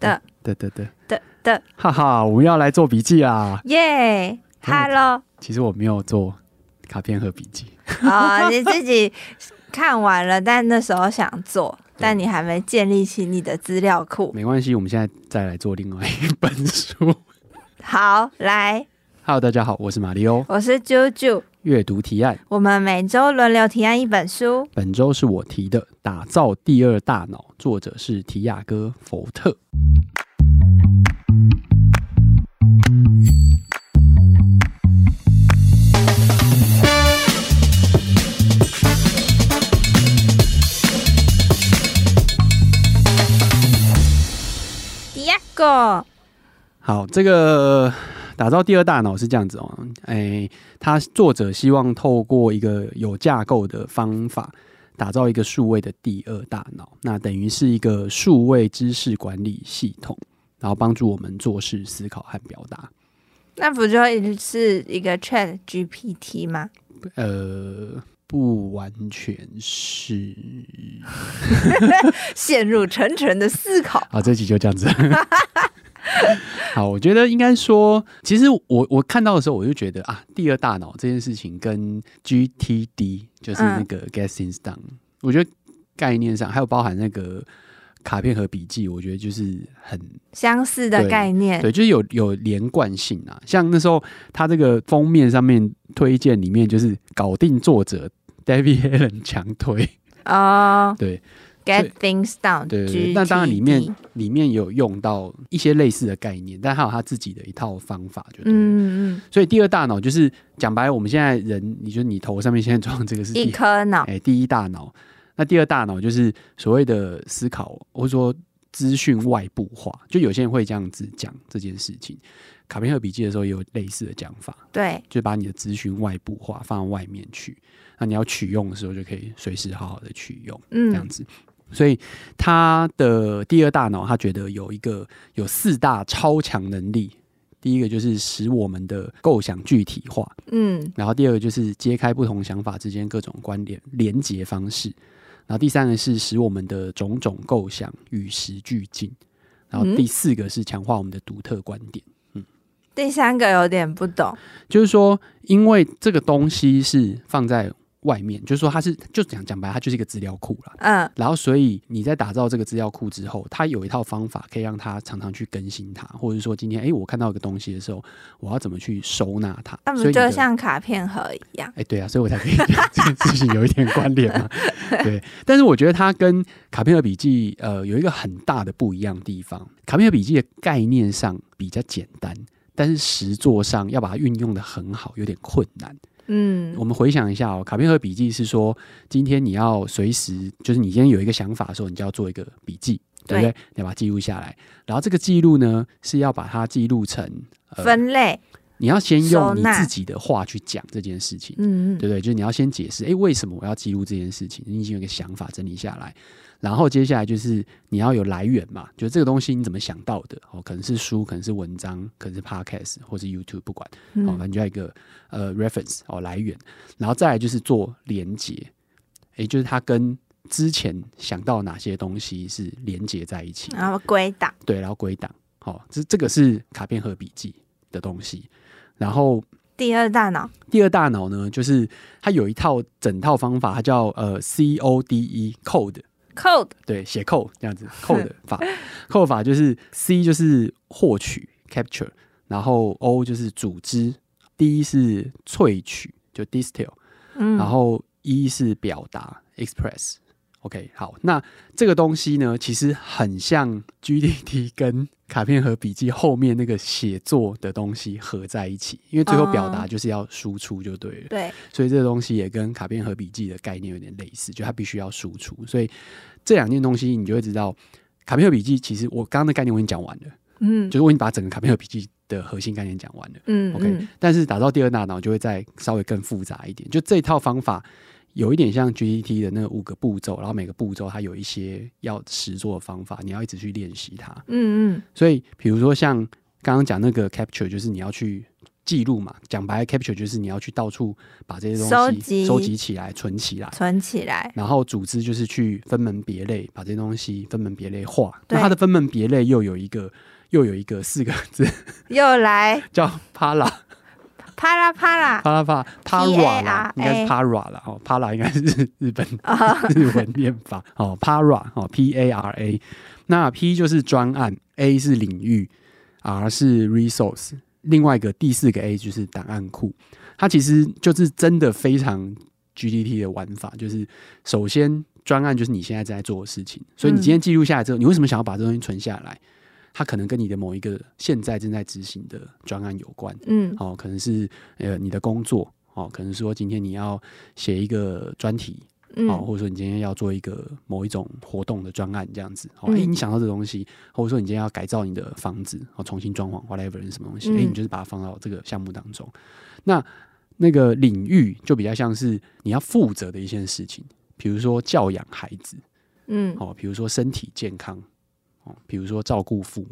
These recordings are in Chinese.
的对对对，的的，哈哈，我们要来做笔记啦。嗯耶，Hello！其实我没有做卡片和笔记， 哦，你自己看完了，但那时候想做，但你还没建立起你的资料库。没关系，我们现在再来做另外一本书。好，来， Hello，大家好，我是马里欧。我是啾啾，阅读提案，我们每周轮流提案一本书。本周是我提的《打造第二大脑》，作者是提亚哥·福特。第二个，好，这个打造第二大脑是这样子哦，哎，他作者希望透过一个有架构的方法，打造一个数位的第二大脑，那等于是一个数位知识管理系统，然后帮助我们做事、思考和表达。那不就是一个 Chat GPT 吗？呃，不完全是陷入沉沉的思考。好，啊这集就这样子。 好，我觉得应该说，其实我我看到的时候，我就觉得啊，第二大脑这件事情跟 GTD 就是那个 Get Things Done，、我觉得概念上还有包含那个卡片和笔记，我觉得就是很相似的对概念，对，就是有有连贯性啊。像那时候他这个封面上面推荐里面就是搞定作者 David Allen 强推，哦、对 g e t things down，对 g 对，那当然里面里面有用到一些类似的概念，但还有他自己的一套方法，就对了嗯嗯，所以第二大脑就是讲白，我们现在人，你就是你头上面现在装这个是一第颗脑，哎第一大脑，那第二大脑就是所谓的思考或者说资讯外部化，就有些人会这样子讲这件事情。卡片和笔记的时候也有类似的讲法，对，就把你的资讯外部化放到外面去，那你要取用的时候就可以随时好好的取用。这样嗯子。所以他的第二大脑，他觉得有一个有四大超强能力。第一个就是使我们的构想具体化，嗯，然后第二个就是揭开不同想法之间各种关联连接方式，然后第三个是使我们的种种构想与时俱进，然后嗯第四个是强化我们的独特观点。第三个有点不懂，就是说，因为这个东西是放在外面，就是说它是就讲讲白，它就是一个资料库啦。嗯然后，所以你在打造这个资料库之后，它有一套方法可以让它常常去更新它，或者说今天诶我看到一个东西的时候，我要怎么去收纳它？那所以不你的就像卡片盒一样？哎、对啊，所以我才可以 跟这件事情有一点关联 嘛。对，但是我觉得它跟卡片和笔记呃有一个很大的不一样的地方。卡片和笔记的概念上比较简单，但是实作上要把它运用的很好，有点困难。嗯我们回想一下哦，卡片和笔记是说，今天你要随时，就是你今天有一个想法的时候，你就要做一个笔记，对不对？你要把它记录下来，然后这个记录呢是要把它记录成，呃，分类，你要先用你收纳自己的话去讲这件事情，嗯对不对？呃就是你要先解释，诶，为什么我要记录这件事情？你已经有一个想法整理下来，然后接下来就是你要有来源嘛，就这个东西你怎么想到的？哦，可能是书，可能是文章，可能是 podcast 或是 YouTube，不管。好、哦，嗯反正就要一个呃 reference 哦来源，然后再来就是做连接，也就是它跟之前想到哪些东西是连接在一起的，然后归档，对，然后归档，好、这这个是卡片和笔记的东西，然后第二大脑，第二大脑呢，就是它有一套整套方法，它叫呃 C O D E code。 code 对，写扣这样子，扣 的法，扣法就是 C 就是获取 capture，然后 O 就是组织，D 是萃取就 distill，嗯，然后 E 是表达 express。OK，好，那这个东西呢，其实很像 GDT 跟卡片和笔记后面那个写作的东西合在一起，因为最后表达哦就是要输出就对了。对，所以这个东西也跟卡片和笔记的概念有点类似，就它必须要输出。所以这两件东西，你就会知道，卡片和笔记其实我刚刚的概念我已经讲完了，嗯就是我已经把整个卡片和笔记的核心概念讲完了。嗯 OK，、嗯但是打造第二大脑就会再稍微更复杂一点，就这套方法。有一点像 GDT 的那五个步骤，然后每个步骤它有一些要实做的方法，你要一直去练习它。嗯嗯，所以，比如说像刚刚讲那个 capture，就是你要去记录嘛，讲白了 capture 就是你要去到处把这些东西收集收集起来、存起来，存起来，然后组织就是去分门别类，把这些东西分门别类化。对那它的分门别类又有一个又有一个四个字 又来叫 para 啪啦啪啦， para para para 啦 P A R A，应该是 para 啦哦，para 应该是日日本 日文念法哦，para 哦 p a r a。那 P 就是专案，A 是领域，R 是 resource，另外一个第四个 A 就是档案库。它其实就是真的非常 GDT 的玩法，就是首先专案就是你现在正在做的事情，所以你今天记录下来之后，你为什么想要把这东西存下来？它可能跟你的某一个现在正在执行的专案有关，嗯，哦，可能是呃你的工作，哦，可能说今天你要写一个专题，哦，嗯，或者说你今天要做一个某一种活动的专案这样子，哦，嗯哎、你想到这东西，或者说你今天要改造你的房子，哦，重新装潢，whatever 是什么东西，哎、嗯你就是把它放到这个项目当中。那那个领域就比较像是你要负责的一件事情，比如说教养孩子，嗯，哦，比如说身体健康，哦，比如说照顾父母，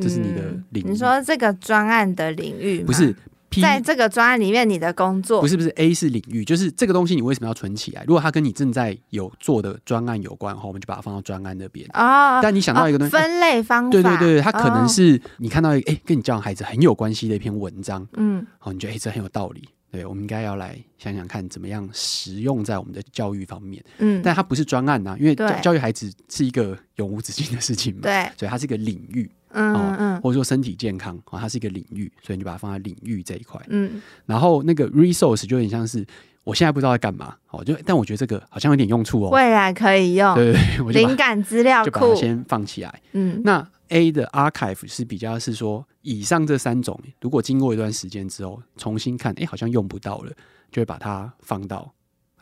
这是你的嗯领域你说这个专案的领域吗不是 P 在这个专案里面你的工作不，是不是，A 是领域，就是这个东西你为什么要存起来？如果它跟你正在有做的专案有关的话，我们就把它放到专案那边。哦，但你想到一个东哦西，哎分类方法，对对对，它可能哦，是你看到一个哎、跟你教养孩子很有关系的一篇文章，嗯哦，你觉得哎、这很有道理，对，我们应该要来想想看怎么样实用在我们的教育方面。嗯，但它不是专案啊呐、因为对教教育孩子是一个永无止境的事情嘛，对，所以它是一个领域，哦嗯嗯或者说身体健康啊、哦，它是一个领域，所以你就把它放在领域这一块。嗯然后那个 resource 就有点像是我现在不知道在干嘛，哦，就但我觉得这个好像有点用处嗯，哦，未来可以用对对 对，我就灵把感资料就把库它，先放起来。嗯那 A 的 archive 是比较是说，以上这三种如果经过一段时间之后重新看，哎，好像用不到了，就会把它放到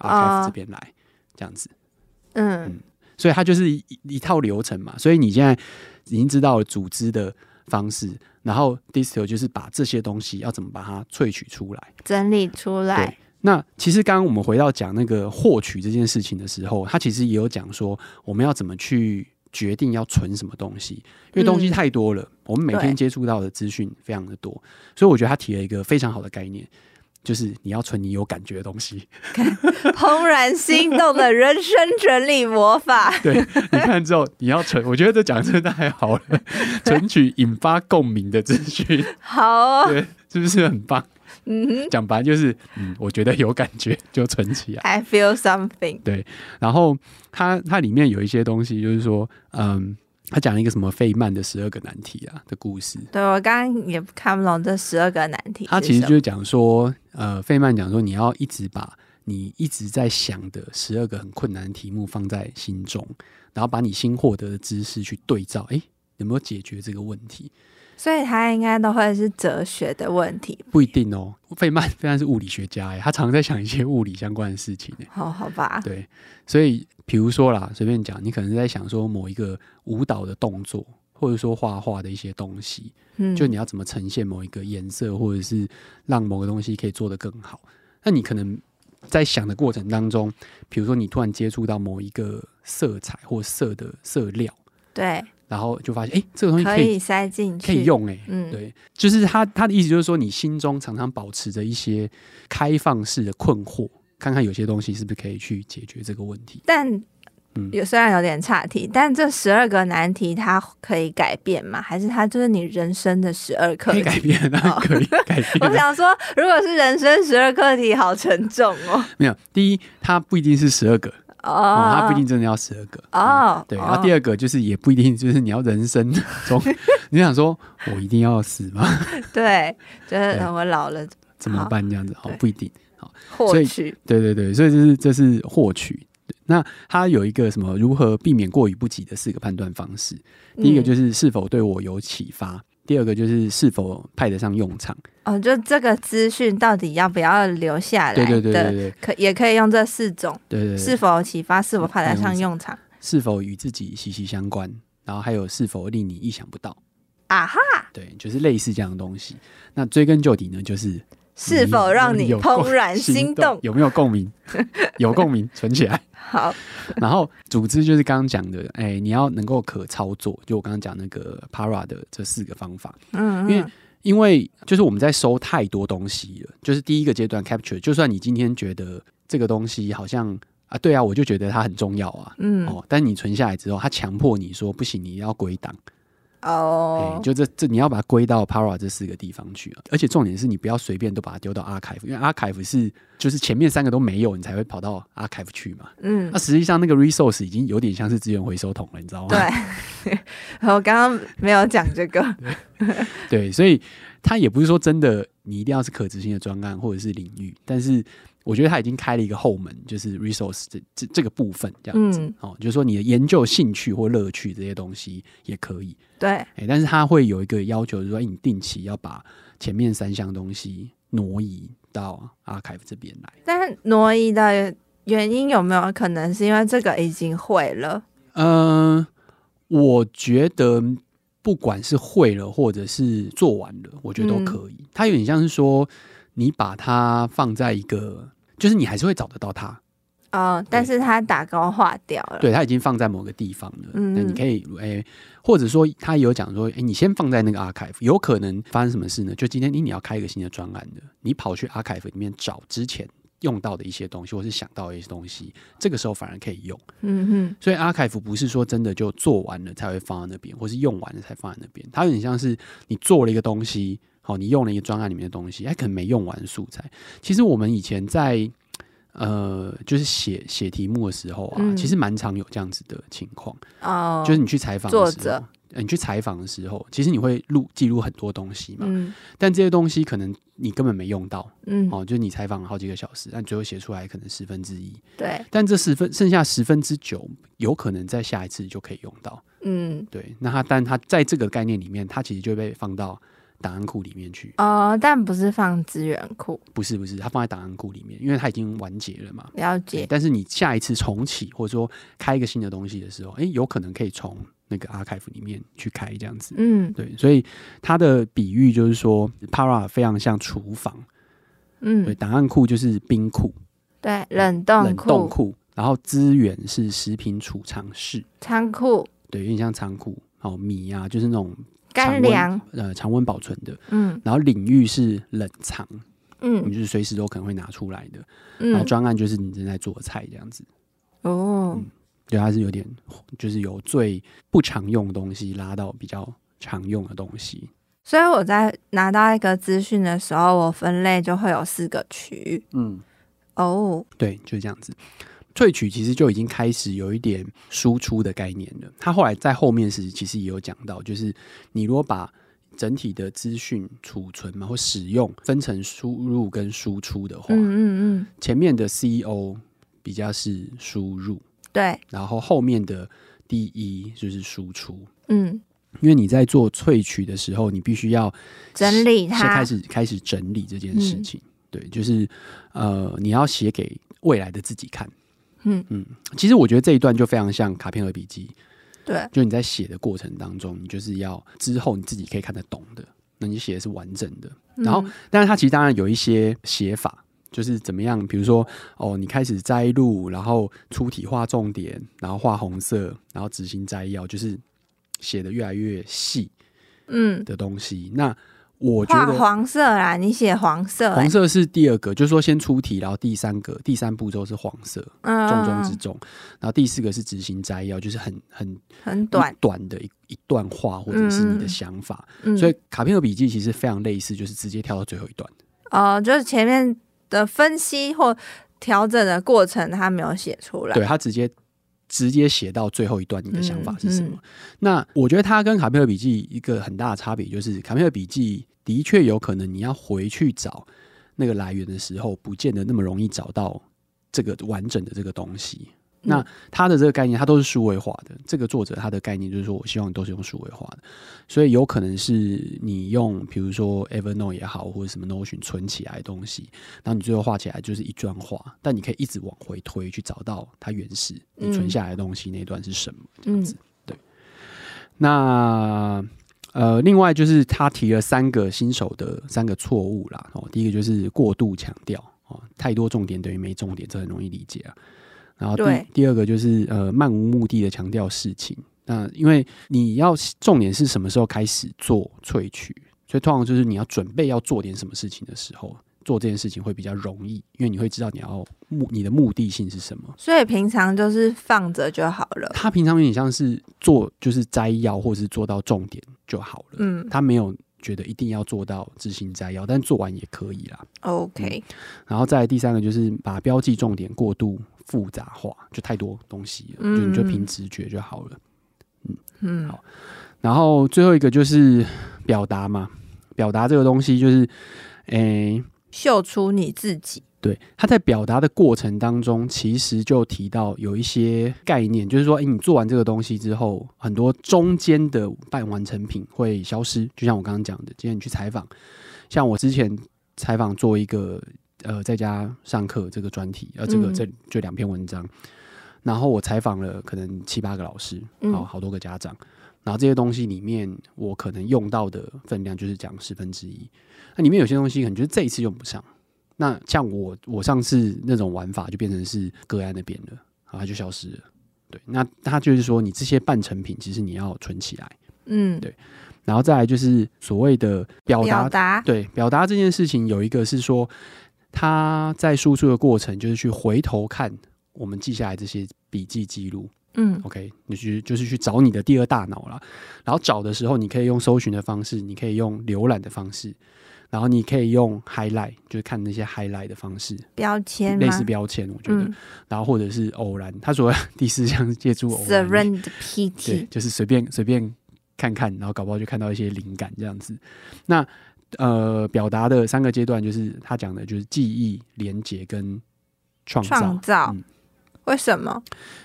archive 哦这边来，这样子。嗯所以它就是一一套流程嘛。所以你现在已经知道了组织的方式，然后 distill 就是把这些东西要怎么把它萃取出来。整理出来对，那其实刚刚我们回到讲那个获取这件事情的时候，他其实也有讲说我们要怎么去决定要存什么东西，因为东西嗯太多了，我们每天对接触到的资讯非常的多，所以我觉得他提了一个非常好的概念，就是你要存你有感觉的东 西。怦然心动的人生整理魔法， 对，你看之后你要存，我觉得这讲得真的太好 了，存取引发共鸣的资讯，好哦，对，是不是很棒？嗯哼讲白就是，嗯，我觉得有感觉就存起来。 ，I feel something，然后它它里面有一些东西，就是说，嗯，他讲了一个什么费曼的十二个难题啊的故事，对我刚刚也看不懂这十二个难题是什他么，其实就是讲说，呃，费曼讲说你要一直把你一直在想的十二个很困难的题目放在心中，然后把你新获得的知识去对照，诶，有没有解决这个问题？所以它应该都会是哲学的问题，不一定哦。费曼费曼是物理学家诶，他常在想一些物理相关的事情诶。哦，好吧，对，所以比如说啦，随便讲，你可能在想说某一个舞蹈的动作，或者说画画的一些东西，嗯，就你要怎么呈现某一个颜色，或者是让某个东西可以做得更好。那你可能在想的过程当中，比如说你突然接触到某一个色彩或色的色料，对，然后就发现，哎、这个东西可可以以塞进去，可以，用、诶。嗯，对，就是他他的意思就是说，你心中常常保持着一些开放式的困惑，看看有些东西是不是可以去解决这个问题。但嗯有虽然有点岔题，但这十二个难题它可以改变吗？还是它就是你人生的十二课可以题？改变，当然可以改我变啊。想说，如果是人生十二课题，好沉重哦。没有，第一，它不一定是十二个，哦，哦，它不一定真的要十二个。哦，嗯对，哦然后第二个就是也不一定，就是你要人生中，你想说我一定要死吗？对，就对是呃我老了怎么好办？这样子好对不一定。所获以取，对对对，所以这是这是获取。对那它有一个什么如何避免过于不及的四个判断方式，第一个是、就是是否对我有启发，第二个就是是否派得上用场。哦，就这个资讯到底要不要留下来的？对对对对对对可也可以用这四种，对对，是否启发，是否派得派得上上用场是否与自己息息相关，然后还有是否令你意想不到。啊？哈，对，就是类似这样的东西。那追根究底呢，就是是否让你嗯有共怦然心动？有没有共鸣？有共鸣，存起 来。好，然后组织就是刚刚讲的，哎、你要能够可操作，就我刚刚讲那个 Para 的这四个方法，嗯，因为嗯因为就是我们在收太多东西了，就是第一个阶段 capture，就算你今天觉得这个东西好像啊，对啊，我就觉得它很重要啊，嗯，哦，但你存下来之后，它强迫你说不行，你要归档，哎、哦，就这这你要把它归到 Para 这四个地方去啊，而且重点是你不要随便都把它丢到 Archive，因为 Archive 是就是前面三个都没有，你才会跑到 Archive 去嘛。嗯那、，实际上那个 resource 已经有点像是资源回收桶了，你知道吗？对，哦我刚刚没有讲这个， 对，所以它也不是说真的你一定要是可执行的专案或者是领域，但是我觉得它已经开了一个后门，就是 resource 这这这个部分这样子、嗯哦，就是说你的研究兴趣或乐趣这些东西也可以，对，哎、但是它会有一个要求，就是说哎你定期要把前面三项东西挪移到 archive 这边来。但是挪移的原因有没有可能是因为这个已经会了？嗯，我觉得不管是会了或者是做完了，我觉得都嗯可以。它有点像是说，你把它放在一个，就是你还是会找得到它。哦，但对是它打勾划掉了，对，它已经放在某个地方了。嗯那你可以，哎、或者说他有讲说，哎、你先放在那个 archive，有可能发生什么事呢？就今天你你要开一个新的专案的，你跑去 archive 里面找之前用到的一些东西，或是想到的一些东西，这个时候反而可以用。嗯所以 archive 不是说真的就做完了才会放在那边，或是用完了才放在那边，它有点像是你做了一个东西，好，你用了一个专案里面的东西，哎，可能没用完素材。其实我们以前在呃，就是写写题目的时候啊，嗯其实蛮常有这样子的情况，哼，哦，就是你去采访的时候作者呃你去采访的时候，其实你会录记录很多东西嘛，嗯但这些东西可能你根本没用到，嗯，哦，就是你采访了好几个小时，但最后写出来可能十分之一，对，但这十分剩下十分之九，有可能在下一次就可以用到。嗯。对，那它但它在这个概念里面，它其实就被放到档案库里面去。哦，但不是放资源库，不是不是，它放在档案库里面，因为它已经完结了嘛。了对解。但是你下一次重启或者说开一个新的东西的时候，诶，有可能可以从那个 archive 里面去开这样子。嗯对，所以它的比喻就是说，Para 非常像厨房，对，嗯，档案库就是冰库、对，冷冻冷冻库、库，然后资源是食品储藏室。仓库、对，有点像仓库，好米啊，就是那种常干温粮，呃常温保存的。嗯然后领域是冷藏，你嗯就是随时都可能会拿出来的。然后嗯嗯，专案就是你正在做的菜这样子，哦，对，它是有点就是由最不常用的东西拉到比较常用的东西。所以我在拿到一个资讯的时候，我分类就会有四个区域。嗯，哦，对，就是这样子。萃取其实就已经开始有一点输出的概念了。它后来在后面时其实也有讲到，就是你如果把整体的资讯储存嘛或使用分成输入跟输出的话，嗯嗯嗯，前面的 CEO 比较是输入，对，然后后面的 DE 就是输出。嗯，因为你在做萃取的时候，你必须要整理先开它，始开始整理这件嗯事情。对，就是呃，你要写给未来的自己看。嗯嗯，其实我觉得这一段就非常像卡片和笔记，对，就你在写的过程当中，你就是要之后你自己可以看得懂的，那你写的是完整的。然后嗯，但是它其实当然有一些写法，就是怎么样，比如说哦，你开始摘录，然后出体画重点，然后画红色，然后执行摘要，就是写的越来越细嗯，的东西。那我觉画得黄色啦，你写黄色欸，红色是第二个，就是说先出题，然后第三个第三步骤是黄色，嗯，重嗯中之嗯重，然后第四个是执行摘要，就是很很很短一，短的一一段话或者是你嗯嗯的嗯想法。嗯，所以卡片和笔记其实非常类似，就是直接跳到最后一段。哦，就是前面的分析或调整的过程，他没有写出来。对他直接直接写到最后一段，你的想法是什么？嗯嗯那我觉得它跟卡佩尔笔记一个很大的差别就是，卡佩尔笔记的确有可能你要回去找那个来源的时候，不见得那么容易找到这个完整的这个东西。嗯那它的这个概念，它都是数位化的。这个作者他的概念就是说，我希望都是用数位化的，所以有可能是你用，比如说 Evernote 也好，或者什么 Notion 存起来的东西，然后你最后画起来就是一段话，但你可以一直往回推去找到它原始你存下来的东西那一段是什么这嗯样子。对，那呃，另外就是他提了三个新手的三个错误啦。哦，第一个就是过度强调哦，太多重点等于没重点，这很容易理解啊。然后第对第二个就是呃，漫无目的的强调事情。那因为你要重点是什么时候开始做萃取，所以通常就是你要准备要做点什么事情的时候，做这件事情会比较容易，因为你会知道你要目你的目的性是什么。所以平常就是放着就好了。他平常有点像是做就是摘要，或是做到重点就好了。嗯他没有觉得一定要做到执行摘要，但做完也可以啦。 ，OK，然后再来第三个就是把标记重点过度复杂化，就太多东西了，就你就嗯凭直觉就好了。嗯好然后最后一个就是表达嘛，表达这个东西就是，诶、秀出你自己。对，他在表达的过程当中，其实就提到有一些概念，就是说，诶，你做完这个东西之后，很多中间的半完成品会消失。就像我刚刚讲的，今天你去采访，像我之前采访做一个呃在家上课这个专题，呃，这个嗯这就两篇文章，然后我采访了可能七八个老师，嗯好好多个家长。然后这些东西里面，我可能用到的分量就是讲十分之一。那里面有些东西可能就是这一次用不上。那像我我上次那种玩法就变成是个案那边了，啊，它就消失了。对，那他就是说你这些半成品其实你要存起来，嗯，对然后再来就是所谓的表达表达，对，表达这件事情有一个是说，他在输出的过程就是去回头看我们记下来这些笔记记录。嗯 OK，你去就是去找你的第二大脑啦。然后找的时候，你可以用搜寻的方式，你可以用浏览的方式，然后你可以用 highlight，就是看那些 highlight 的方式，标签吗类似标签，我觉得。嗯然后或者是偶然，他所谓 第四项是借助偶然力。 ，surrender 对 PT，，就是随便随便看看，然后搞不好就看到一些灵感这样子。那呃，表达的三个阶段就是他讲的就是记忆、连结跟创造。创造嗯。为什么？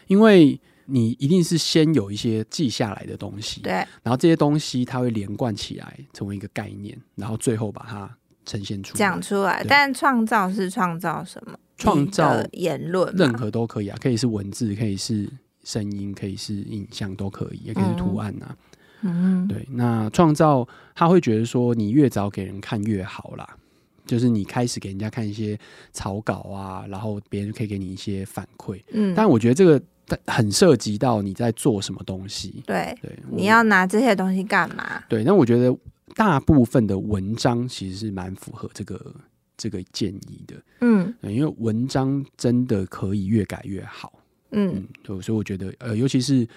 因为你一定是先有一些记下来的东西，对，然后这些东西它会连贯起来成为一个概念，然后最后把它呈现出来讲。出来。对但创造是创造什么？创造你的言论嘛，任何都可以啊，可以是文字，可以是声音，可以是影像，都可以，也可以是图案啊。嗯，对，那创造他会觉得说，你越早给人看越好啦，就是你开始给人家看一些草稿啊，然后别人可以给你一些反馈。嗯，但我觉得这个很涉及到你在做什么东西。对，对，我你要拿这些东西干嘛？对，那我觉得大部分的文章其实是蛮符合这个这个建议的，嗯对因为文章真的可以越改越好。嗯嗯，对，所以我觉得，呃，尤其是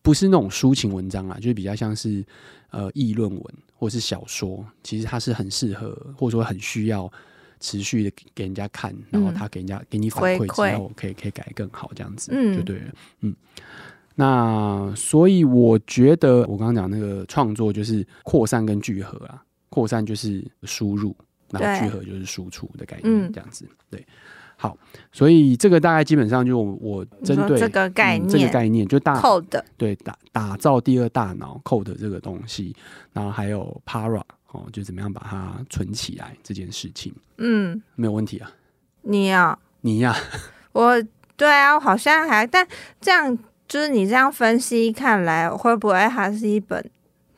不是那种抒情文章啦，就是比较像是呃议论文或是小说，其实它是很适合或者说很需要持续的给人家看，然后嗯他给人家、给你反回馈馈之后，可以可以改得更好这样子，嗯就对了，嗯。那所以我觉得，我刚刚讲那个创作就是扩散跟聚合啊，扩散就是输入，然后对聚合就是输出的概嗯念，这样子，对。好，所以这个大概基本上就我我针你说对这个概嗯这个念概念就大，code，对打打造第二大脑 code 这个东西，然后还有 para 哦，就怎么样把它存起来这件事情嗯，没有问题啊。你要你呀、我对啊，我好像还，但这样就是你这样分析看来，会不会它是一本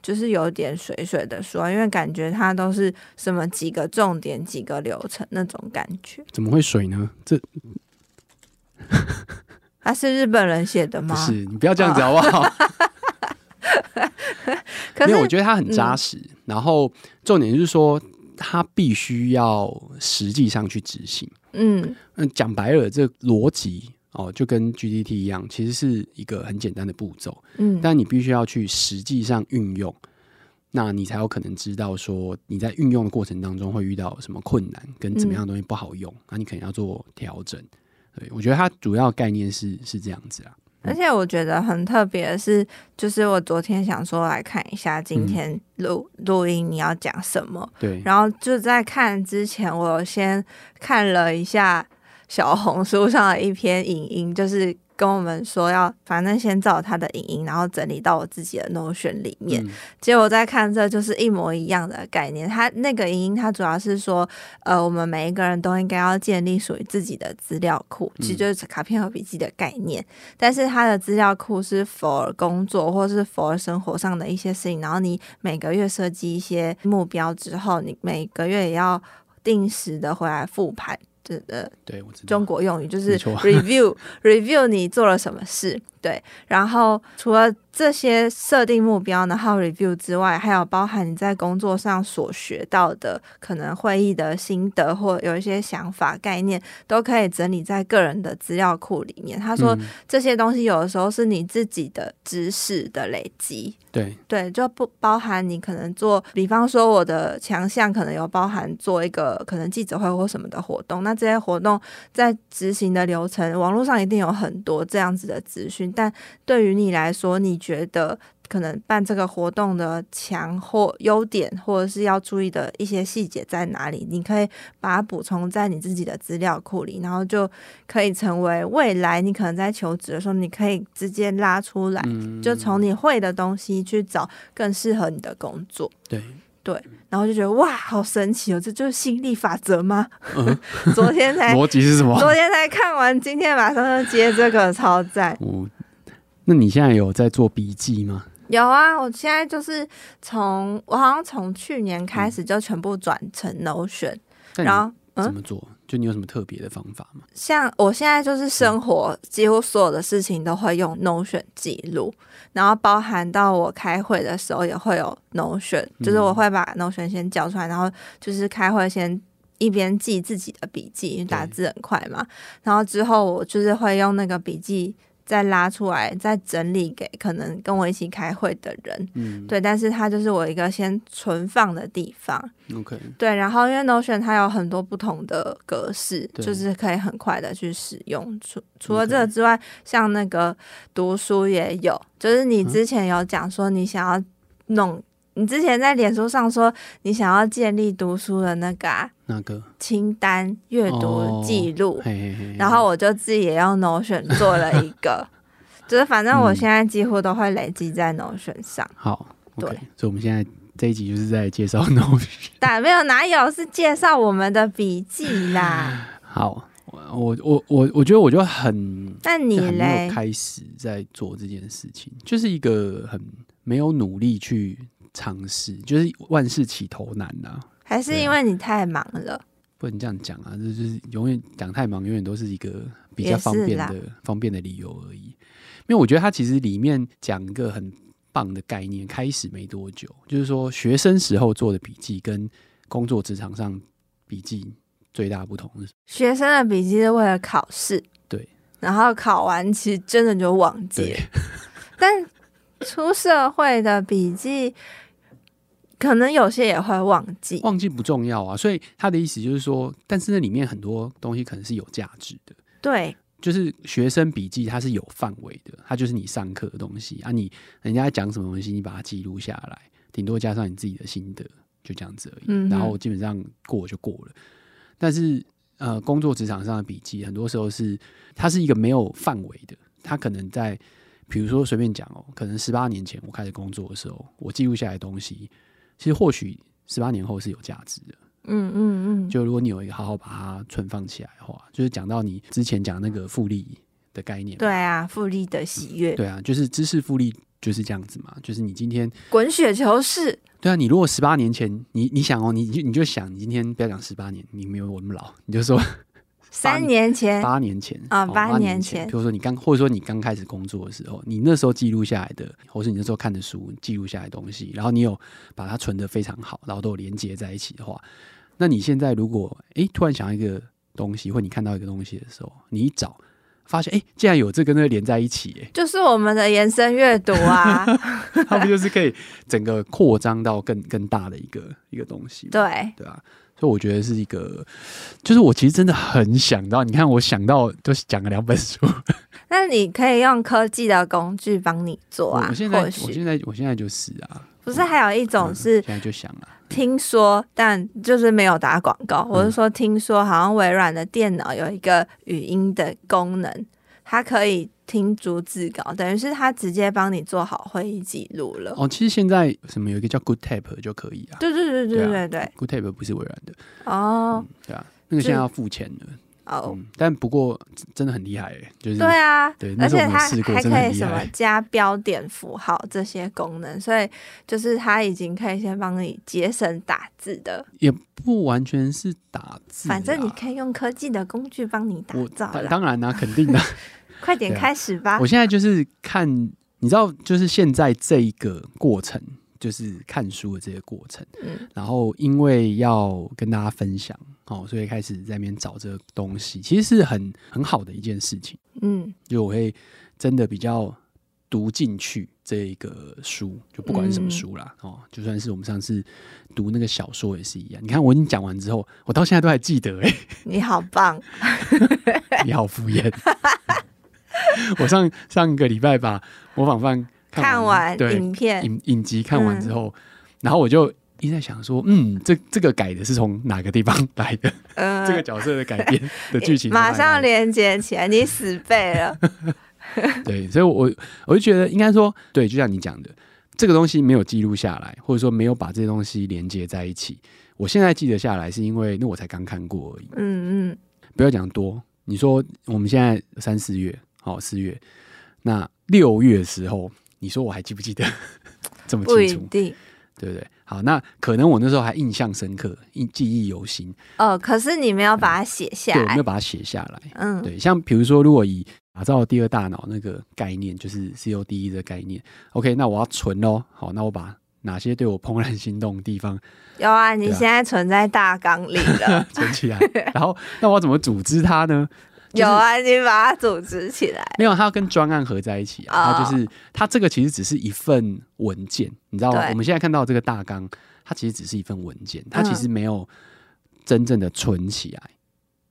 就是有点水水的书啊？因为感觉它都是什么几个重点、几个流程那种感觉。怎么会水呢？这它是日本人写的吗不？是你不要这样子好不 好？没可是有，我觉得它很嗯扎实。然后重点就是说，它必须要实际上去执行。嗯嗯，讲白了，这个逻辑哦，就跟 GDT 一样，其实是一个很简单的步骤。嗯，但你必须要去实际上运用，那你才有可能知道说你在运用的过程当中会遇到什么困难，跟嗯怎么样的东西不好用，那、你可能要做调整。对，我觉得它主要概念是是这样子啊。而且我觉得很特别的是，就是我昨天想说来看一下今天录录音你要讲什么，对，然后就在看之前，我先看了一下小红书上的一篇影音，就是跟我们说要，反正先照他的影音，然后整理到我自己的 Notion 里面。嗯结果再看这就是一模一样的概念。它那个影音，它主要是说，呃，我们每一个人都应该要建立属于自己的资料库，其实就是卡片和笔记的概念。但是它的资料库是 for 工作或是 for 生活上的一些事情，然后你每个月设计一些目标之后，你每个月也要定时的回来复盘。这呃，对，我知道。中国用语就是没错 review review 你做了什么事，对。然后除了这些设定目标，然后 review 之外，还有包含你在工作上所学到的，可能会议的心得或有一些想法概念，都可以整理在个人的资料库里面。他说、嗯这些东西有的时候是你自己的知识的累积，对，对，就不包含你可能做，比方说我的强项可能有包含做一个可能记者会或什么的活动，那这些活动在执行的流程，网络上一定有很多这样子的资讯，但对于你来说，你觉得可能办这个活动的强或优点，或者是要注意的一些细节在哪里，你可以把它补充在你自己的资料库里，然后就可以成为未来你可能在求职的时候，你可以直接拉出来。嗯，就从你会的东西去找更适合你的工作，对，然后就觉得哇，好神奇哦！这就是吸引力法则吗？嗯 昨天 才逻辑是什么？昨天才看完，今天马上就接这个，超赞！我，那你现在有在做笔记吗？有啊，我现在就是从我好像从去年开始就全部转成 Notion，、嗯但你然后。嗯怎么做？就你有什么特别的方法吗？像我现在就是生活几乎所有的事情都会用 Notion 记录，然后包含到我开会的时候也会有 Notion，就是我会把 Notion 先叫出来，然后就是开会先一边记自己的笔记，因为打字很快嘛，然后之后我就是会用那个笔记。再拉出来，再整理给可能跟我一起开会的人，嗯对，但是它就是我一个先存放的地方， ，OK，对，然后因为 Notion 它有很多不同的格式，对就是可以很快的去使用。除除了 OK 这个之外，像那个读书也有，就是你嗯之前有讲说你想要弄，你之前在脸书上说你想要建立读书的那个、啊、那个，清单、阅读哦记录，嘿嘿嘿，然后我就自己也用 Notion 做了 一个，就是反正我嗯现在几乎都会累积在 Notion 上。好，OK，对所以我们现在这一集就是在介绍 Notion。但没有哪有是介绍我们的笔记啦？ 好，我我我我觉得我就很那你就很没嘞有？开始在做这件事情，就是一个很没有努力去尝试，就是万事起头难呐、还是因为你太忙了，不能这样讲啊，这就是永远讲太忙，永远都是一个比较也是方便啦的方便的理由而已。因为我觉得它其实里面讲一个很棒的概念，开始没多久，就是说学生时候做的笔记跟工作职场上笔记最大的不同是什么，学生的笔记是为了考试，对，然后考完其实真的就忘记对 了。，但出社会的笔记，可能有些也会忘记。忘记不重要啊。所以他的意思就是说，但是那里面很多东西可能是有价值的。对，就是学生笔记，它是有范围的，它就是你上课的东西啊你。人家讲什么东西，你把它记录下来，顶多加上你自己的心得，就这样子而已。嗯哼然后基本上过就过了。但是呃，工作职场上的笔记，很多时候是它是一个没有范围的，它可能在比如说随便讲哦，可能十八年前我开始工作的时候，我记录下来的东西，其实或许十八年后是有价值的。嗯嗯嗯，就如果你有一个好好把它存放起来的话，就是讲到你之前讲那个复利的概念嘛，对啊，复利的喜悦，对啊，就是知识复利就是这样子嘛，就是你今天滚雪球式，对啊，你如果十八年前你你想哦，你就你就想你今天不要讲十八年，你没有我那么老，你就说三年前，八年前哦啊八八年年前比如说你刚或者说你刚开始工作的时候，你那时候记录下来的，或是你那时候看的书记录下来的东西，然后你有把它存得非常好，然后都有连接在一起的话，那你现在如果诶突然想到一个东西，或你看到一个东西的时候，你一找发现诶竟然有这跟那个连在一起、诶 就是我们的延伸阅读啊。它不就是可以整个扩张到更更大的一个一个东西吗？对，对啊，所以我觉得是一个，就是我其实真的很想到，你看我想到就是讲了两本书，那你可以用科技的工具帮你做我啊我现，在或我许现在我现在就是啊，嗯不是还有一种是现在就想啊，听说，但就是没有打广告。嗯我是说，听说好像微软的电脑有一个语音的功能，它可以听逐字稿，等于是它直接帮你做好会议记录了。哦，其实现在什么有一个叫 Good Tape 就可以啊对对对对对对对， ，Good Tape 不是微软的，哦对啊，那个是现在要付钱的，哦，嗯，但不过真真的很厉害、欸，就是对啊对，而那时且候我们它试过还真的可很以厉什么害加标点符号这些功能，所以就是它已经可以先帮你节省打字的，也不完全是打字啦，反正你可以用科技的工具帮你打我造当啊了。 当然啦、肯定的。快点对啊开始吧我。现在就是看你知道，就是现在这一个过程，就是看书的这个过程，嗯然后因为要跟大家分享，哦，所以开始在那边找这个东西，其实是很很好的一件事情，嗯，就我会真的比较读进去这一个书，就不管是什嗯么书啦，哦，就算是我们上次读那个小说也是一样。你看我已经讲完之后，我到现在都还记得、欸， 你好棒，你好敷衍。 我上上个礼拜把《模仿犯》看完完对影片，嗯影影集看完之后，然后我就一直在想说，嗯，这这个改的是从哪个地方 来的？嗯，这个角色的改编的剧情从哪马里来上的连接起来，你死背 了，对，所以我我就觉得应该说，对，就像你讲的，这个东西没有记录下来，或者说没有把这些东西连接在一起。我现在记得下来，是因为那我才刚看过而已。嗯嗯，不要讲多，你说我们现在三四月，好、四月，那六月的时候，你说我还记不记得 这么不清一楚？定。对不对？好，那可能我那时候还印象深刻，印记忆犹新，哦，可是你没有把它写下对，我没来有，把它写下来。嗯对，像比如说，如果以打造第二大脑那个概念，就是 CODE E 的概念，OK，那我要存哦。好，那我把哪些对我怦然心动的地方有啊，你对啊，现在存在大纲里了存起来，然后那我要怎么组织它呢？ 就是有啊，你把它组织起来，没有，它要跟专案合在一起啊。它哦就是它这个其实只是一份文件，你知道吗？对我们现在看到这个大纲，它其实只是一份文件，它嗯其实没有真正的存起来。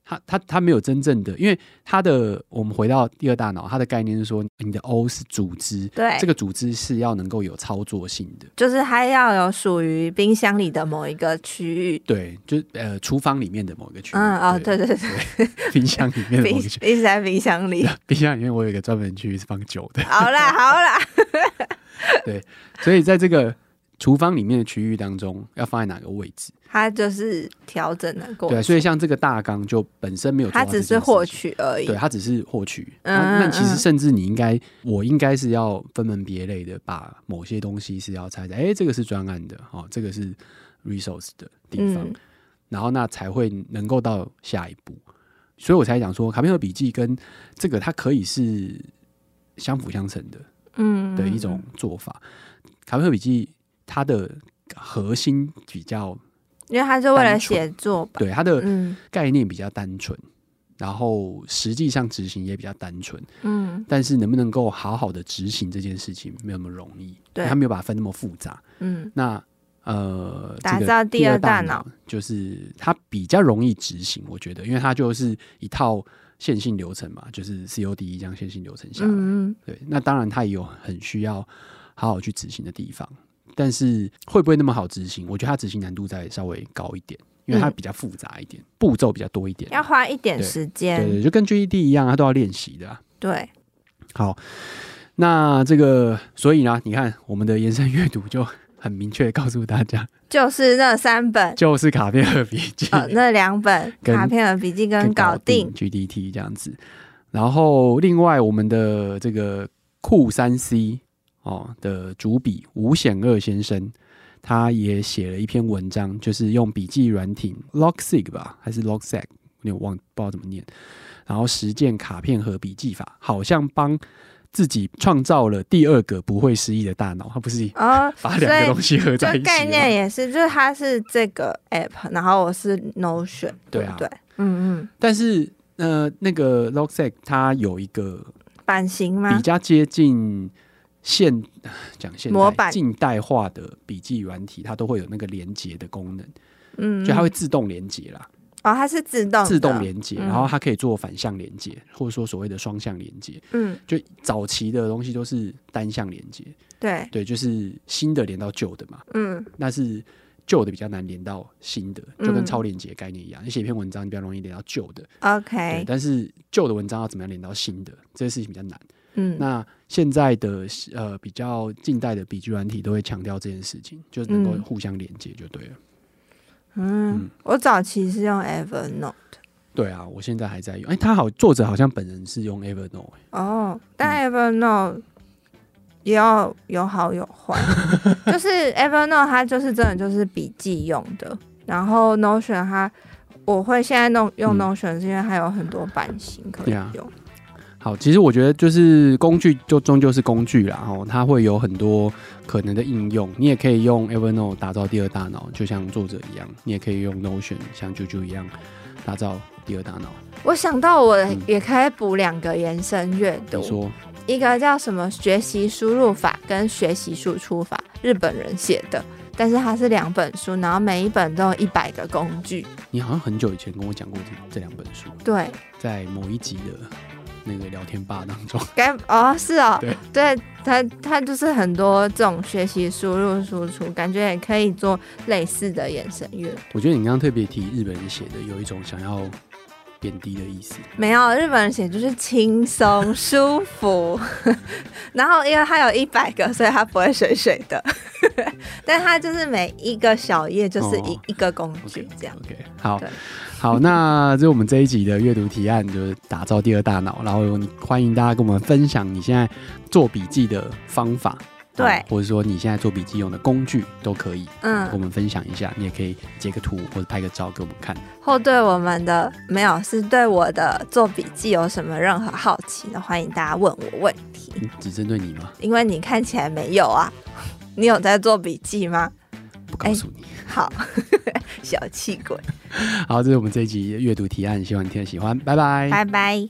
它它它没有真正的，因为它的我们回到第二大脑，它的概念是说，你的 O 是组织，对这，个组织是要能够有操作性的。就是它要有属于冰箱里的某一个区域，对，就是呃，厨房里面的某个区域，嗯哦，对对对，冰箱里面的冰某一个区域，直在冰箱 里，冰箱里面我有一个专门区域是放酒的，好啦好啦，所以在这个厨房里面的区域当中，要放在哪个位置？它就是调整的过对，啊程，所以像这个大纲就本身没有做它到这只件事情，是获取而已对，，啊它只是获取。嗯那那其嗯实嗯甚至你应该，我应该是要分门别类的，把某些东西是要拆解，哎、这个是专案的，哦，这个是 resource 的地方，嗯，然后那才会能够到下一步。所以我才讲说，卡片和笔记跟这个它可以是相辅相成的嗯的一种做法。卡片和笔记它的核心比较，因为它是为了单纯写作吧，对它的嗯概念比较单纯，然后实际上执行也比较单纯，嗯但是能不能够好好的执行这件事情没有那么容易，对它没有把它分那么复杂。嗯，那呃，打这个造第第二大大脑就是它比较容易执行，我觉得，因为它就是一套线性流程嘛，就是 COD 这样线性流程下来。嗯嗯对，那当然它也有很需要好好去执行的地方，但是会不会那么好执行？我觉得它执行难度再稍微高一点，因为它嗯比较复杂一点，步骤比较多一点。要花一点对时对间，对，就跟 GED 一样，它都要练习的啊、对，好，那这个所以呢，你看我们的延伸阅读就很明确地告诉大家，就是那三本。就是卡片和笔记、呃，那两本跟卡片和笔记跟搞定， GDT 这样子。然后另外我们的这个酷三 C 哦的主笔吴显二先生。他也写了一篇文章，就是用笔记软体 Logseq 吧，还是 Logseq，有点忘，不知道怎么念。然后实践卡片和笔记法，好像帮自己创造了第二个不会失忆的大脑。他不是哦， 把所两个以东西合在一就起概念吗也是，就是它是这个 app，然后我是 Notion，对对啊不对？嗯嗯，但是呃，那个 Logseq 它有一个版型比吗？较接近现 讲现代模板近代化的笔记软体，它都会有那个连接的功能，嗯，就它嗯会自动连接啦，哦，它是自动自动的，连接，嗯然后它可以做反向连接，或者说所谓的双向连接。嗯，就早期的东西都是单向连接，对，对，就是新的连到旧的嘛，嗯那是。旧的比较难连到新的，就跟嗯超链接概念一样。你写一篇文章，你比较容易连到旧的，对。 ，OK，但是旧的文章要怎么样连到新的，这些事情比较难。嗯那现在的呃比较近代的笔记软体都会强调这件事情，就是能够嗯互相连接就对了。嗯，我早期是用 Evernote，对啊，我现在还在用。哎、他好，作者好像本人是用 Evernote，欸、哦，但 Evernote 也要有好 有坏，就是 Evernote 它就是真的就是笔记用的，然后 Notion 它我会现在弄用嗯 Notion 是因为它有很多版型可以对啊用，好，其实我觉得就是工具就终究是工具啦，哦，它会有很多可能的应用。你也可以用 Evernote 打造第二大脑，就像作者一样；你也可以用 Notion 像啾啾一样打造第二大脑。我想到我嗯也可以补两个延伸阅你读，说一个叫什么学习输入法跟学习输出法，日本人写的，但是它是两本书，然后每一本都有一百个工具。你好像很久以前跟我讲过这这两本书，对，在某一集的那个聊天吧当中，该哦是哦，对对，它它就是很多这种学习输入输出，感觉也可以做类似的延伸阅读。我觉得你刚刚特别提日本人写的，有一种想要贬低的意思。没有，日本人写就是 轻松舒服， 然后因为它有一百个，所以它不会水水的， 但它就是每一个小页就是一、哦一个工具 OK，这样。 OK，好嗯对好，那这是我们这一集的阅读提案，就是打造第二大脑。然后你欢迎大家跟我们分享你现在做笔记的方法，对啊或者说你现在做笔记用的工具都可以，嗯，嗯跟我们分享一下。你也可以截个图或者拍个照给我们看。或对我们的没有是对我的做笔记有什么任何好奇的，欢迎大家问我问题，嗯只针对你吗？因为你看起来没有啊， 你有在做笔记吗？不哎告诉你。好， 小气鬼，好，这是我们这一集的阅读提案，希望你听得喜欢，拜拜。拜拜。